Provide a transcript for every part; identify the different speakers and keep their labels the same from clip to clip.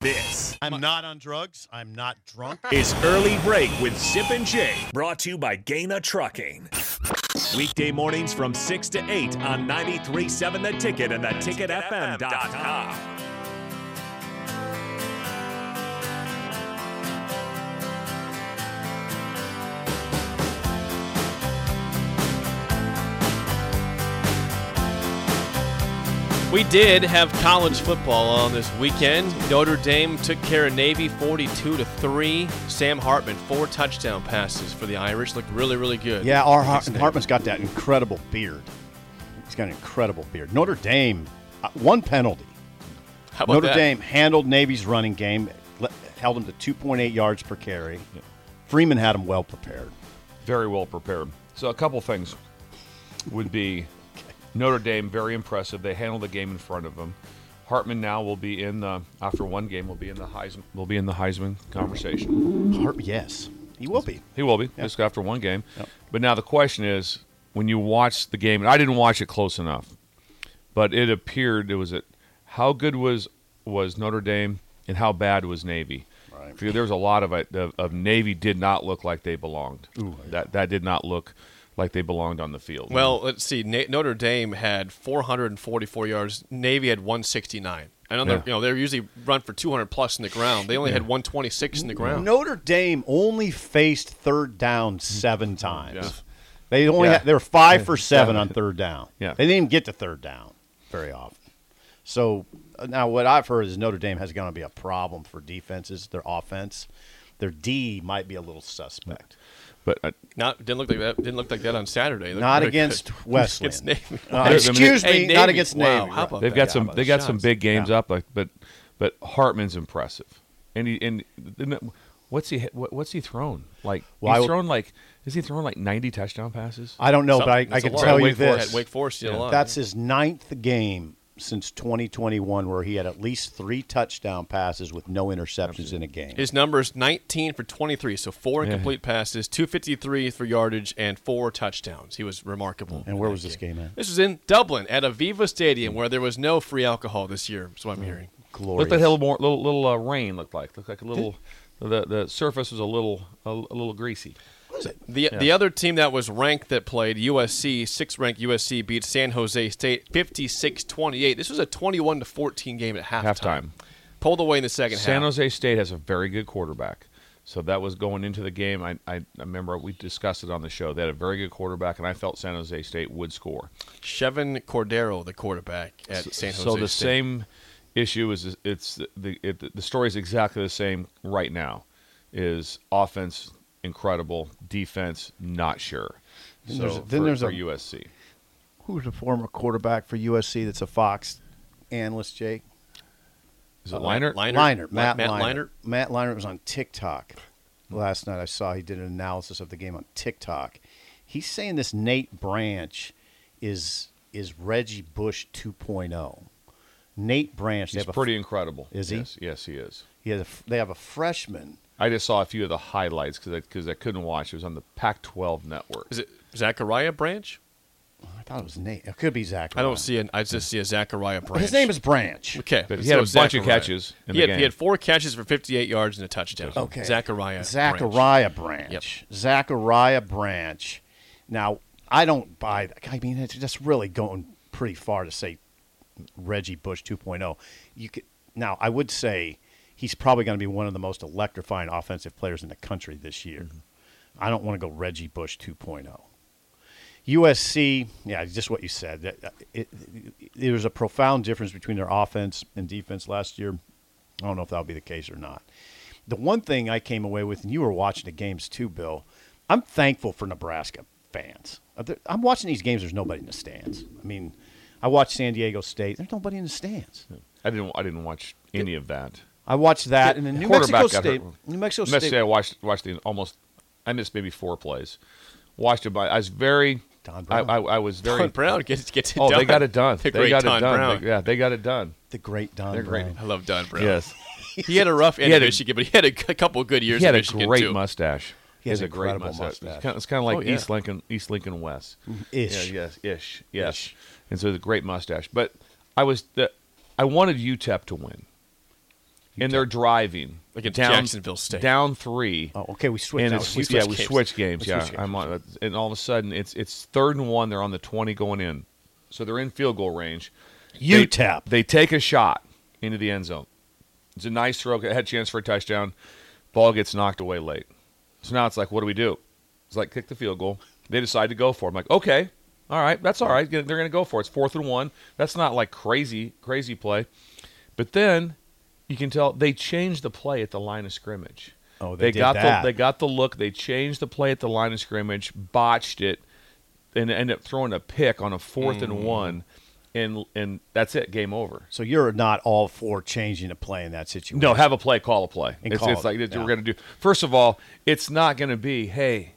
Speaker 1: This
Speaker 2: I'm not on drugs. I'm not drunk.
Speaker 1: is Early Break with Zip and Jay, brought to you by Gaina Trucking. Weekday mornings from 6 to 8 on 93.7 The Ticket and theticketfm.com.
Speaker 3: We did have college football on this weekend. Notre Dame took care of Navy 42 to 3. Sam Hartman, four touchdown passes for the Irish. Looked really, really good.
Speaker 2: Yeah, our Har-
Speaker 3: Against Navy.
Speaker 2: Hartman's got that incredible beard. He's got an incredible beard. Notre Dame, uh, one penalty.
Speaker 3: How about
Speaker 2: Notre
Speaker 3: that?
Speaker 2: Dame handled Navy's running game, le- held him to 2.8 yards per carry. Freeman had him well prepared.
Speaker 4: very well prepared. So a couple things would be Notre Dame very impressive. They handled the game in front of them. Hartman now will be in the after one game will be in the Heisman will be in the Heisman conversation.
Speaker 2: Hart- yes, he will be.
Speaker 4: He will be
Speaker 2: Yeah.
Speaker 4: just after one game.
Speaker 2: Yep.
Speaker 4: But now the question is, when you watch the game, and I didn't watch it close enough, but it appeared it was it how good was was Notre Dame and how bad was Navy.
Speaker 2: Right.
Speaker 4: Because There was a lot of, it- of of Navy did not look like they belonged. that that did not look like they belonged on the field.
Speaker 3: Well, let's see. Na- Notre Dame had 444 yards. Navy had 169. I know they're,
Speaker 4: Yeah.
Speaker 3: you know, they're usually run for 200 plus in the ground. They only had 126 in the ground.
Speaker 2: Notre Dame only faced third
Speaker 3: Mm-hmm.
Speaker 2: down seven times.
Speaker 4: Yeah.
Speaker 2: They only
Speaker 4: Yeah.
Speaker 2: had, they were five for seven on third down.
Speaker 4: Yeah.
Speaker 2: they didn't even get to third down very often. So uh, now what I've heard is Notre Dame has going to be a problem for defenses. Their offense, their D might be a little suspect.
Speaker 4: But uh,
Speaker 3: Not didn't look like that. Didn't look like that on Saturday. Looked
Speaker 2: Not
Speaker 3: pretty good.
Speaker 2: against Wesleyan.
Speaker 3: Against Navy.
Speaker 2: Uh, excuse me,
Speaker 3: Hey,
Speaker 2: not
Speaker 3: Navy.
Speaker 2: against
Speaker 3: Wow,
Speaker 2: Navy.
Speaker 3: how about
Speaker 4: they've
Speaker 3: that?
Speaker 4: got
Speaker 3: Yeah,
Speaker 4: some
Speaker 3: about
Speaker 4: they
Speaker 3: the
Speaker 4: got some
Speaker 3: shots.
Speaker 4: big games up. Like but but Hartman's impressive, and he and the- what's he what- what's he thrown like?
Speaker 2: Well, I
Speaker 4: he's
Speaker 2: will-
Speaker 4: thrown like is he thrown like ninety touchdown passes?
Speaker 2: I don't know,
Speaker 3: Some-
Speaker 2: but I,
Speaker 3: that's
Speaker 2: I
Speaker 3: a
Speaker 2: can
Speaker 3: lot.
Speaker 2: tell you
Speaker 3: Wake Forest-
Speaker 2: this:
Speaker 3: Wake Forest did a lot.
Speaker 2: that's his ninth game since 2021 where he had at least three touchdown passes with no interceptions in a game.
Speaker 3: His numbers 19 for 23, so four incomplete passes, 253 for yardage, and four touchdhdowns. He was remarkable.
Speaker 2: and where was this game at?
Speaker 3: This was in Dublin at Aviva Stadium, where there was no free alcohol this year. That's what
Speaker 4: Mm.
Speaker 3: I'm hearing.
Speaker 2: Glorious.
Speaker 4: Looked like a little more little little uh, rain looked like looked like a little. The, the surface was a little a, a little greasy.
Speaker 3: The the other team that was ranked that played USC, sixth ranked USC beat San Jose State 56-28. This was a 21 to 14 game at halftime.
Speaker 4: Halftime.
Speaker 3: Pulled away in the second
Speaker 4: San
Speaker 3: half.
Speaker 4: Jose State has a very good quarterback. So that was going into the game. I, I, I remember we discussed it on the show. They had a very good quarterback, and I felt San Jose State would score.
Speaker 3: Chevin Cordero, the quarterback at San Jose
Speaker 4: so the
Speaker 3: State.
Speaker 4: same issue is it's the it, the story is exactly the same right now is offense incredible defense not sure
Speaker 2: Then
Speaker 4: so
Speaker 2: there's- then
Speaker 4: for,
Speaker 2: there's
Speaker 4: for
Speaker 2: a-
Speaker 4: USC
Speaker 2: Who's the former quarterback for USC that's a Fox analyst, Jake?
Speaker 4: is it Leinert?
Speaker 2: Uh, Liner, Matt,
Speaker 3: Matt
Speaker 2: Leinart.
Speaker 3: Leinart.
Speaker 2: Matt Liner was on TikTok last night. I saw he did an analysis of the game on TikTok. He's saying this Nate Branch is is Reggie Bush 2.0. Nate Branch, they
Speaker 4: he's
Speaker 2: have a,
Speaker 4: pretty incredible
Speaker 2: Is he?
Speaker 4: yes, yes he is
Speaker 2: He has a, f- they have a freshman.
Speaker 4: I just saw a few of the highlights because because I, couldn't watch it was on the Pac-12 network
Speaker 3: Is it Zachariah Branch?
Speaker 2: Oh, I thought it was Nate. It could be Zach.
Speaker 3: I don't see an. I just see a Zachariah Branch.
Speaker 2: His name is Branch.
Speaker 3: Okay,
Speaker 4: But he had a bunch of
Speaker 3: Zachariah.
Speaker 4: catches in
Speaker 3: he
Speaker 4: the
Speaker 3: had
Speaker 4: game.
Speaker 3: he had four catches for 58 yards and a touchdown.
Speaker 2: Okay.
Speaker 3: Zachariah. Branch.
Speaker 2: Zachariah Branch. Zachariah Branch. Now, I don't buy that. I mean, it's just really going pretty far to say Reggie Bush 2.0. You could now. I would say he's probably going to be one of the most electrifying offensive players in the country this year.
Speaker 3: Mm-hmm.
Speaker 2: I don't want to go Reggie Bush oh. 2.0. USC, yeah, just what you said. That- that- it- it- there was a profound difference between their offense and defense last year. I don't know if that'll be the case or not. The one thing I came away with, and you were watching the games too, Bill, I'm thankful for Nebraska fans. Uh, there- I'm watching these games, there's nobody in the stands. I mean, I watched San Diego State, there's nobody in the stands.
Speaker 4: I didn't I didn't watch any of that
Speaker 2: I watched that, and then New Mexico
Speaker 4: Quarterback got
Speaker 2: State.
Speaker 4: hurt.
Speaker 2: New Mexico
Speaker 4: Missed
Speaker 2: State.
Speaker 4: I watched watched the almost. I missed maybe four plays. Watched it by. I was very.
Speaker 2: Don
Speaker 4: I,
Speaker 2: Brown.
Speaker 4: I, I was very.
Speaker 3: Don Brown gets gets it
Speaker 4: Oh,
Speaker 3: done.
Speaker 4: they got it done.
Speaker 3: The
Speaker 4: they
Speaker 3: great
Speaker 4: got
Speaker 3: Don
Speaker 4: it done.
Speaker 3: Brown.
Speaker 4: They- yeah, they got it done.
Speaker 2: The great Don
Speaker 4: They're great.
Speaker 2: Brown.
Speaker 3: I love Don Brown.
Speaker 4: Yes,
Speaker 3: he had a rough end
Speaker 4: He
Speaker 3: at
Speaker 4: had a-
Speaker 3: Michigan, but he had a c- couple good years.
Speaker 4: he had
Speaker 3: at
Speaker 4: a
Speaker 3: Michigan
Speaker 4: great
Speaker 3: too.
Speaker 4: mustache.
Speaker 2: He has
Speaker 4: a
Speaker 2: an
Speaker 4: great
Speaker 2: incredible mustache.
Speaker 4: It's kind, it's kind of like
Speaker 3: Oh, yeah. Mm-hmm.
Speaker 4: East Lincoln, East Lincoln West.
Speaker 2: Ish.
Speaker 4: Yeah, yes, ish, yes.
Speaker 2: Ish.
Speaker 4: And so it's a great mustache. But I was the, I wanted UTEP to
Speaker 3: E
Speaker 4: win, and they're driving
Speaker 3: Against
Speaker 4: down,
Speaker 3: Jacksonville State.
Speaker 4: down three.
Speaker 2: Oh, okay. We switched.
Speaker 4: and
Speaker 2: out.
Speaker 4: it's,
Speaker 2: We
Speaker 4: yeah,
Speaker 2: switched
Speaker 4: we
Speaker 2: games.
Speaker 4: switch games.
Speaker 2: We
Speaker 4: Yeah,
Speaker 2: switched
Speaker 4: I'm uh, on, and all of a sudden it's it's third and one. They're on the twenty going in, so they're in field goal range. They-
Speaker 2: UTEP.
Speaker 4: They, take a shot into the end zone. It's a nice throw. Had a chance for a touchdown. Ball gets knocked away late. So now it's like, what do we do? It's like kick the field goal. They decide to go for. it. I'm like, okay, all right, that's all right. They're going to go for it. It's fourth and one. That's not like crazy, crazy play. But then you can tell they changed the play at the line of scrimmage.
Speaker 2: Oh, they did
Speaker 4: got
Speaker 2: that.
Speaker 4: the they got the look. They changed the play at the line of scrimmage, botched it, and ended up throwing a pick on a fourth
Speaker 2: Mm.
Speaker 4: and one, and and that's it. Game over.
Speaker 2: So you're not all for changing a play in that situation.
Speaker 4: No, have a play, call a play.
Speaker 2: And
Speaker 4: it's,
Speaker 2: call
Speaker 4: it's
Speaker 2: it,
Speaker 4: like that
Speaker 2: yeah.
Speaker 4: we're going to do. First of all, it's not going to be, hey,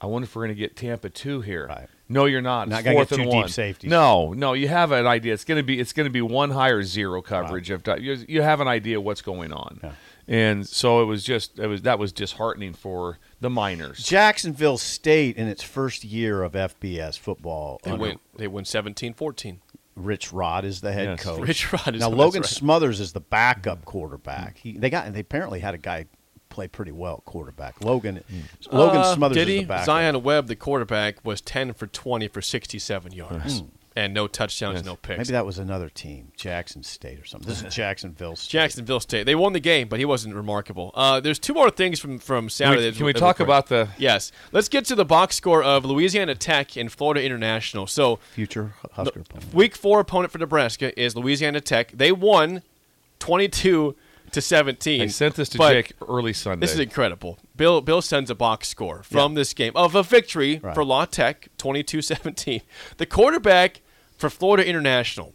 Speaker 4: I wonder if we're going to get Tampa two here.
Speaker 2: Right.
Speaker 4: No, you're not.
Speaker 2: Not
Speaker 4: It's
Speaker 2: gonna
Speaker 4: fourth
Speaker 2: get
Speaker 4: and
Speaker 2: two deep
Speaker 4: one.
Speaker 2: safeties.
Speaker 4: No, no, you have an idea. It's going to be it's going to be one high or zero coverage. If ti- You, you have an idea what's going on,
Speaker 2: Yeah.
Speaker 4: and so it was just it was that was disheartening for the miners.
Speaker 2: Jacksonville State in its first year of FBS football.
Speaker 3: They
Speaker 2: under
Speaker 3: win. They win 17-14.
Speaker 2: Rich Rod is the head
Speaker 4: Yes.
Speaker 2: coach.
Speaker 3: Rich Rod is-
Speaker 2: now
Speaker 3: that's
Speaker 2: Logan
Speaker 3: right.
Speaker 2: Smothers is the backup quarterback. He, they got they apparently had a guy play pretty well at quarterback. Logan Logan
Speaker 3: Uh,
Speaker 2: Smothers
Speaker 3: did
Speaker 2: is
Speaker 3: he?
Speaker 2: the backup.
Speaker 3: Zion Webb, the quarterback, was ten for twenty for sixty-seven yards and no touchdowns, no picks.
Speaker 2: Hmm. Maybe that was another team, Jackson State or something. This is Jacksonville State.
Speaker 3: Jacksonville State. They won the game, but he wasn't remarkable. Uh, there's two more things from from Saturday.
Speaker 4: Can we,
Speaker 3: that-
Speaker 4: can we
Speaker 3: that
Speaker 4: talk
Speaker 3: were-
Speaker 4: about the
Speaker 3: Yes. Let's get to the box score of Louisiana Tech and Florida International. So
Speaker 2: future Husker opponent.
Speaker 3: Week four opponent for Nebraska is Louisiana Tech. They won twenty two to seventeen.
Speaker 4: I sent this to
Speaker 3: but
Speaker 4: Jake early Sunday.
Speaker 3: This is incredible. Bill Bill sends a box score from this game of a victory
Speaker 2: Right.
Speaker 3: for La Tech 22-17. The quarterback for Florida International.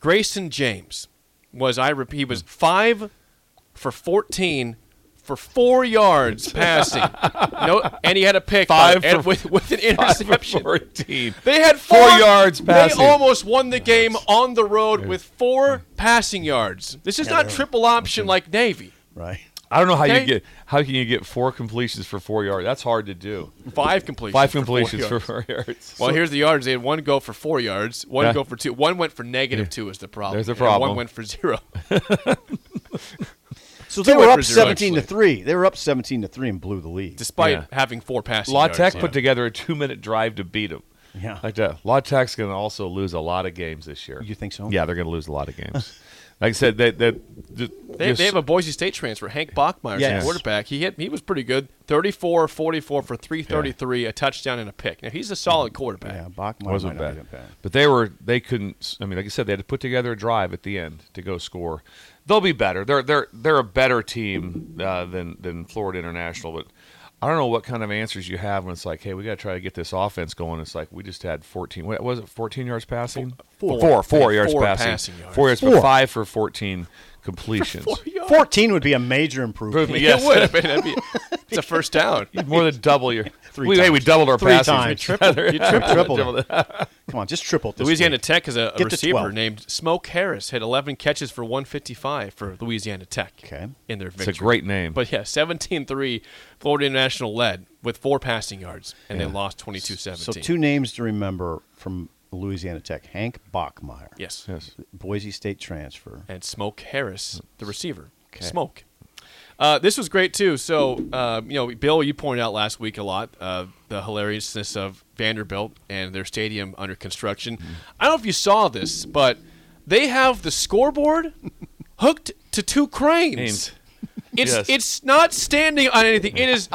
Speaker 3: Grayson James was I repeat he was five for fourteen for four yards passing. no, and he had a pick
Speaker 4: Five
Speaker 3: and
Speaker 4: for-
Speaker 3: with, with an
Speaker 4: Five for
Speaker 3: interception.
Speaker 4: 14.
Speaker 3: They had
Speaker 4: Four
Speaker 3: four,
Speaker 4: yards passing.
Speaker 3: They almost won the game on the road with four passing yards. This is not triple option like Navy.
Speaker 2: Right.
Speaker 4: I don't know how
Speaker 3: Okay.
Speaker 4: you get how can you get four completions for four yards. That's hard to do.
Speaker 3: Five completions.
Speaker 4: Five
Speaker 3: for four
Speaker 4: completions for
Speaker 3: yards.
Speaker 4: four yards.
Speaker 3: Well, here's the yards. They had one go for four yards, one
Speaker 4: Yeah.
Speaker 3: go for two, one went for negative two. Is the problem?
Speaker 4: There's the
Speaker 3: and
Speaker 4: problem.
Speaker 3: One went for zero.
Speaker 2: So they
Speaker 3: Two
Speaker 2: were up
Speaker 3: went for zero,
Speaker 2: 17 to
Speaker 3: actually.
Speaker 2: 3. They were up 17 to 3 and blew the lead.
Speaker 3: despite
Speaker 4: Yeah.
Speaker 3: having four passing
Speaker 4: La
Speaker 3: yards.
Speaker 4: Tech
Speaker 3: yeah.
Speaker 4: put together a two-minute drive to beat them.
Speaker 2: Yeah.
Speaker 4: like that. La Tech's going to also lose a lot of games this year.
Speaker 2: You think so?
Speaker 4: Yeah, they're going to lose a lot of games. like I said, that that th-
Speaker 3: They,
Speaker 4: just-
Speaker 3: they have a Boise State transfer, Hank Bachmeyer,
Speaker 2: Yes.
Speaker 3: quarterback. He hit, he was pretty good, 34, 44 for 333, a touchdown and a pick. Now he's a solid quarterback.
Speaker 2: yeah, Bachmeyer
Speaker 4: wasn't
Speaker 2: might not
Speaker 4: bad.
Speaker 2: be that bad.
Speaker 4: but they were they couldn't. s- I mean, like I said, they had to put together a drive at the end to go score. They'll be better. They're they're they're a better team uh, than than Florida International, but. I don't know what kind of answers you have when it's like, hey, we got to try to get this offense going. It's like we just had 14. What was it? 14 yards passing?
Speaker 3: Four.
Speaker 4: Four,
Speaker 3: Four
Speaker 4: four yards passing.
Speaker 3: passing yards.
Speaker 4: Four yards,
Speaker 2: Four.
Speaker 4: but five for 14 completions.
Speaker 3: Four yards.
Speaker 2: 14 would be a major improvement.
Speaker 4: Improvement, yes.
Speaker 3: It would have been. That'd be- It's a first down.
Speaker 4: More than double your
Speaker 2: Three
Speaker 4: we, Hey, we
Speaker 2: times.
Speaker 4: doubled our
Speaker 2: Three
Speaker 4: passes.
Speaker 2: times.
Speaker 4: We tripled.
Speaker 2: You tripled it.
Speaker 4: Doubled it.
Speaker 2: Come on, just triple it this
Speaker 3: Louisiana
Speaker 2: week.
Speaker 3: Tech has a, a
Speaker 2: Get to 12.
Speaker 3: receiver named Smoke Harris had 11 catches for 155 for Louisiana Tech
Speaker 2: Okay.
Speaker 3: in their
Speaker 4: a
Speaker 3: victory.
Speaker 4: great name.
Speaker 3: But yeah, 17-3 Florida International led with four passing yards and they lost 22-17.
Speaker 2: So two names to remember from Louisiana Tech: Hank Bachmeyer,
Speaker 3: Yes.
Speaker 4: Yes.
Speaker 2: Boise State transfer.
Speaker 3: and Smoke Harris, the receiver. Smoke. Uh, this was great too. So uh, you know, Bill, you pointed out last week a lot uh, the hilariousness of Vanderbilt and their stadium under construction.
Speaker 4: Mm-hmm.
Speaker 3: I don't know if you saw this, but they have the scoreboard hooked to two cranes.
Speaker 4: Names.
Speaker 3: It's
Speaker 4: Yes.
Speaker 3: it's not standing on anything. It is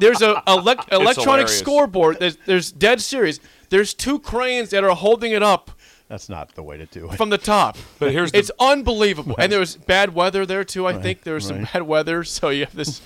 Speaker 3: there's a elec- electronic
Speaker 4: hilarious.
Speaker 3: scoreboard. There's, there's dead serious. There's two cranes that are holding it up
Speaker 2: That's not the way to do it.
Speaker 3: from the top.
Speaker 4: But here's the-
Speaker 3: it's unbelievable. And there was bad weather there too. I think there was some bad weather, so you have this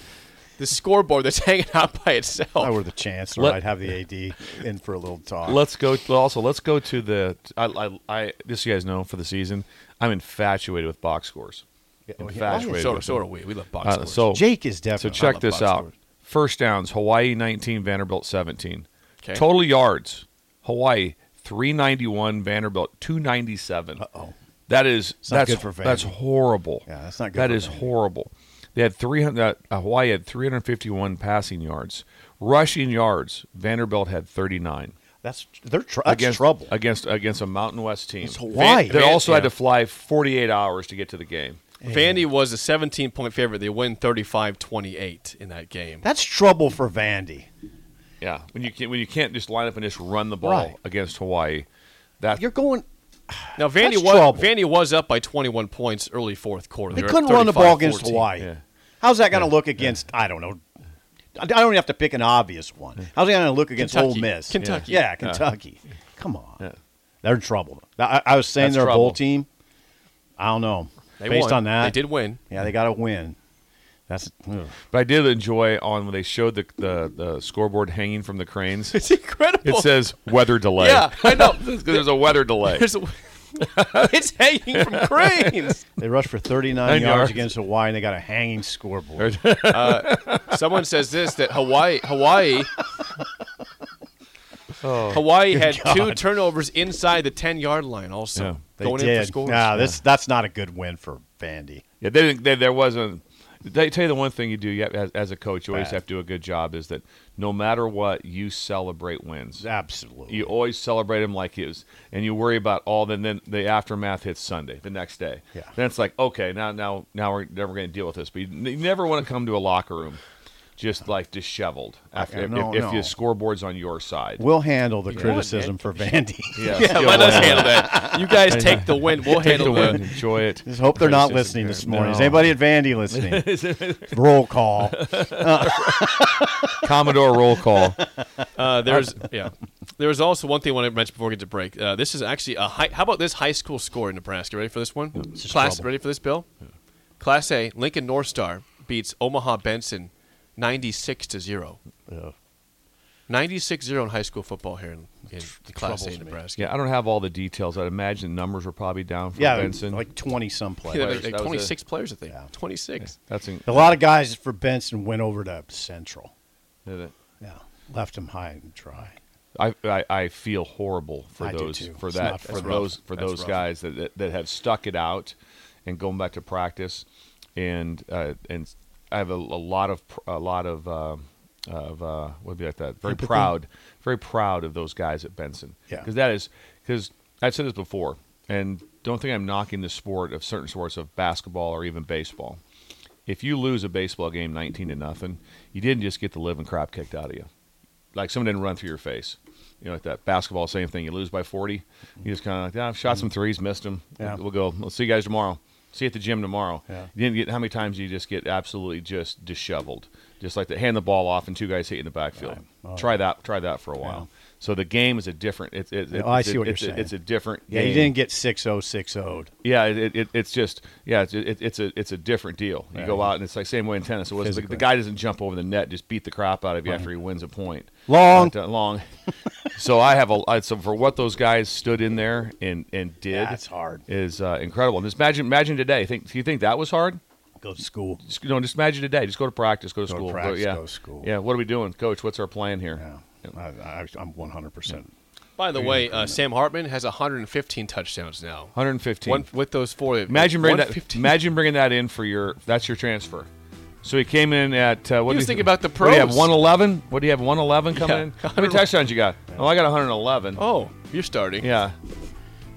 Speaker 3: this scoreboard that's hanging out by itself.
Speaker 2: if I were the chancellor,
Speaker 4: Let-
Speaker 2: I'd have the AD in for a little talk. Oh,
Speaker 4: Let's go. Also, let's go to the. I, I, I, this you guys know for the season. I'm infatuated with box scores.
Speaker 2: oh, yeah.
Speaker 4: Infatuated.
Speaker 3: so,
Speaker 4: with
Speaker 3: so
Speaker 4: them.
Speaker 3: are we. We love box
Speaker 4: Uh,
Speaker 3: scores.
Speaker 4: so
Speaker 2: Jake is
Speaker 4: So
Speaker 2: definitely.
Speaker 4: check
Speaker 3: love
Speaker 4: this
Speaker 3: box
Speaker 4: out.
Speaker 3: scores.
Speaker 4: First downs: Hawaii 19, Vanderbilt 17.
Speaker 3: 'Kay.
Speaker 4: Total yards: Hawaii 391, Vanderbilt 297.
Speaker 2: oh,
Speaker 4: That is
Speaker 2: not
Speaker 4: that's
Speaker 2: good for Vandy.
Speaker 4: that's horrible.
Speaker 2: Yeah, that's not good
Speaker 4: That
Speaker 2: for
Speaker 4: is
Speaker 2: Vandy.
Speaker 4: horrible. They had 300. Uh, Hawaii had 351 passing yards, rushing yards. Vanderbilt had 39
Speaker 2: that's they're tr- that's trouble.
Speaker 4: against against a Mountain West team.
Speaker 2: It's Hawaii.
Speaker 4: They
Speaker 3: Van-
Speaker 4: also had
Speaker 3: yeah.
Speaker 4: to fly 48 hours to get to the game.
Speaker 3: Vandy was a 17 point favorite. They win 35-28 in that game.
Speaker 2: That's trouble for Vandy.
Speaker 4: Yeah, when you can't when you can't just line up and just run the ball
Speaker 2: Right.
Speaker 4: against Hawaii, that
Speaker 2: You're going.
Speaker 3: Now Vandy
Speaker 2: that's
Speaker 3: was
Speaker 2: trouble.
Speaker 3: Vandy was up by 21 points early fourth quarter.
Speaker 2: They
Speaker 3: were up
Speaker 2: couldn't run the ball against
Speaker 3: 35-14.
Speaker 2: Hawaii.
Speaker 4: Yeah.
Speaker 2: How's that going to look against? I don't know. I I don't even have to pick an obvious one. How's it going to look against
Speaker 3: Kentucky.
Speaker 2: Ole Miss?
Speaker 3: Kentucky.
Speaker 2: Yeah, Kentucky. Come on.
Speaker 4: Yeah.
Speaker 2: They're in trouble. I, I was saying
Speaker 4: That's
Speaker 2: they're a bowl
Speaker 4: trouble.
Speaker 2: team. I don't know.
Speaker 3: They
Speaker 2: Based
Speaker 3: won.
Speaker 2: on that,
Speaker 3: they did win.
Speaker 2: Yeah, they got to win. That's ugh.
Speaker 4: But I did enjoy on when they showed the the, the scoreboard hanging from the cranes.
Speaker 3: It's incredible.
Speaker 4: It says weather delay.
Speaker 3: Yeah, I know.
Speaker 4: There's a weather delay.
Speaker 3: There's a- it's hanging from cranes.
Speaker 2: they rushed for 39
Speaker 4: Nine
Speaker 2: yards,
Speaker 4: yards.
Speaker 2: against Hawaii, and they got a hanging scoreboard.
Speaker 3: Someone says this that Hawaii Hawaii
Speaker 4: Oh,
Speaker 3: Hawaii had two turnovers inside the ten yard line also.
Speaker 4: Yeah.
Speaker 2: They
Speaker 3: going
Speaker 2: did.
Speaker 3: in for scores.
Speaker 2: Nah, this that's not a good win for Vandy.
Speaker 4: Yeah, they didn't, they, there wasn't. They tell you the one thing you do you have, as, as a coach, you always
Speaker 2: Bad.
Speaker 4: have to do a good job is that no matter what, you celebrate wins.
Speaker 2: Absolutely.
Speaker 4: You always celebrate them like his, and you worry about all. Then then the aftermath hits Sunday, the next day.
Speaker 2: Yeah.
Speaker 4: Then it's like okay, now now now we're never going to deal with this. But you, n- you never want to come to a locker room just like disheveled after if,
Speaker 2: no,
Speaker 4: if,
Speaker 2: no.
Speaker 4: if your scoreboard's on your side.
Speaker 2: we'll handle the criticism for Vandy.
Speaker 4: Yes,
Speaker 3: Yeah,
Speaker 4: you'll
Speaker 3: let us
Speaker 4: win.
Speaker 3: handle that. You guys take the win. We'll
Speaker 4: Take the
Speaker 3: handle
Speaker 4: win,
Speaker 3: the
Speaker 4: enjoy it.
Speaker 2: Just hope they're not
Speaker 4: Criticism.
Speaker 2: listening this morning. Is
Speaker 4: No.
Speaker 2: anybody at Vandy listening? Roll call.
Speaker 4: Commodore roll call.
Speaker 3: Uh, there's yeah. There was also one thing I want to mention before we get to break. Uh, this is actually a high. How about this high school score in Nebraska? Ready for this one? Class, ready for this, Bill? Class A. Lincoln North Star beats Omaha Benson, ninety six to zero. 96-0 in high school football here in, in Class A
Speaker 2: troubles me.
Speaker 3: Nebraska.
Speaker 4: Yeah, I don't have all the details. I'd imagine numbers were probably down for
Speaker 2: Yeah,
Speaker 4: Benson.
Speaker 2: like 20 some
Speaker 3: Yeah,
Speaker 2: players.
Speaker 3: like, like
Speaker 4: That was it.
Speaker 3: 26 players, I think.
Speaker 2: Yeah.
Speaker 3: 26.
Speaker 4: That's in,
Speaker 2: A lot of guys for Benson went over to Central. Yeah. Left him high and dry.
Speaker 4: I, I I feel horrible for
Speaker 2: I do
Speaker 4: those
Speaker 2: too.
Speaker 4: for
Speaker 2: It's
Speaker 4: that
Speaker 2: not
Speaker 4: for
Speaker 2: fun.
Speaker 4: those for
Speaker 3: That's
Speaker 4: those
Speaker 3: rough.
Speaker 4: guys that, that that have stuck it out and going back to practice and uh, and I have a, a lot of pr- a lot of um of uh, what would be like that very proud very proud of those guys at Benson
Speaker 2: Yeah.
Speaker 4: because that is because I've said this before and don't think I'm knocking the sport of certain sports of basketball or even baseball if you lose a baseball game 19 to nothing, you didn't just get the living crap kicked out of you. Like someone didn't run through your face. You know, like that basketball, same thing. You lose by 40. You just kind of like, yeah, I've shot some threes, missed them.
Speaker 2: Mm-hmm. Yeah.
Speaker 4: We'll go. We'll see you guys tomorrow. See you at the gym tomorrow.
Speaker 2: Yeah.
Speaker 4: You didn't get how many times you just get absolutely just disheveled, just like the hand the ball off and two guys hit you in the backfield. Try that. Try that for a while. So the game is a different. It's it's.
Speaker 2: Oh, I
Speaker 4: it's a-
Speaker 2: see what you're
Speaker 4: it's a-
Speaker 2: saying.
Speaker 4: It's a different.
Speaker 2: Yeah,
Speaker 4: game.
Speaker 2: you didn't get oh, 6060 would
Speaker 4: Yeah, it, it- it, it's just yeah, it's it, it's a it's a different deal. You go out and it's like same way in tennis. It was the,
Speaker 2: Physically.
Speaker 4: guy doesn't jump over the net, just beat the crap out of you after he wins a point.
Speaker 2: Long.
Speaker 4: Not, uh, long. so I have a I- so for what those guys stood in there and and did.
Speaker 2: Yeah, it's hard.
Speaker 4: Is uh, incredible. And just imagine imagine today. Think do you think that was hard?
Speaker 2: go to school.
Speaker 4: Just, you know, just imagine today. Just go to practice. Go
Speaker 2: Go
Speaker 4: to
Speaker 2: to
Speaker 4: school.
Speaker 2: practice,
Speaker 4: yeah.
Speaker 2: go to school.
Speaker 4: Yeah. What are we doing, Coach? What's our plan here?
Speaker 2: Yeah. I, I, I'm 100%.
Speaker 3: By the way, uh, Sam Hartman has 115 touchdowns now.
Speaker 4: 115.
Speaker 3: One, with those four.
Speaker 4: Imagine bringing that.
Speaker 3: 115.
Speaker 4: Imagine bringing that in for your. That's your transfer. So he came in at. Uh, what
Speaker 3: He was
Speaker 4: do you
Speaker 3: thinking about the
Speaker 4: What do you have?
Speaker 3: pros.
Speaker 4: One eleven. What do you have? One eleven coming
Speaker 3: Yeah,
Speaker 4: in. How many touchdowns you got? Oh, I got one hundred eleven.
Speaker 3: Oh, you're starting.
Speaker 4: Yeah.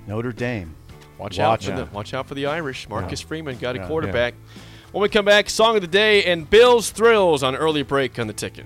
Speaker 2: Notre Dame.
Speaker 3: Watch, out
Speaker 2: Watch
Speaker 3: for the
Speaker 2: out.
Speaker 3: watch out for the Irish. Marcus Freeman got a
Speaker 2: Yeah.
Speaker 3: quarterback. When we come back, song of the day and Bill's thrills on early break on the ticket.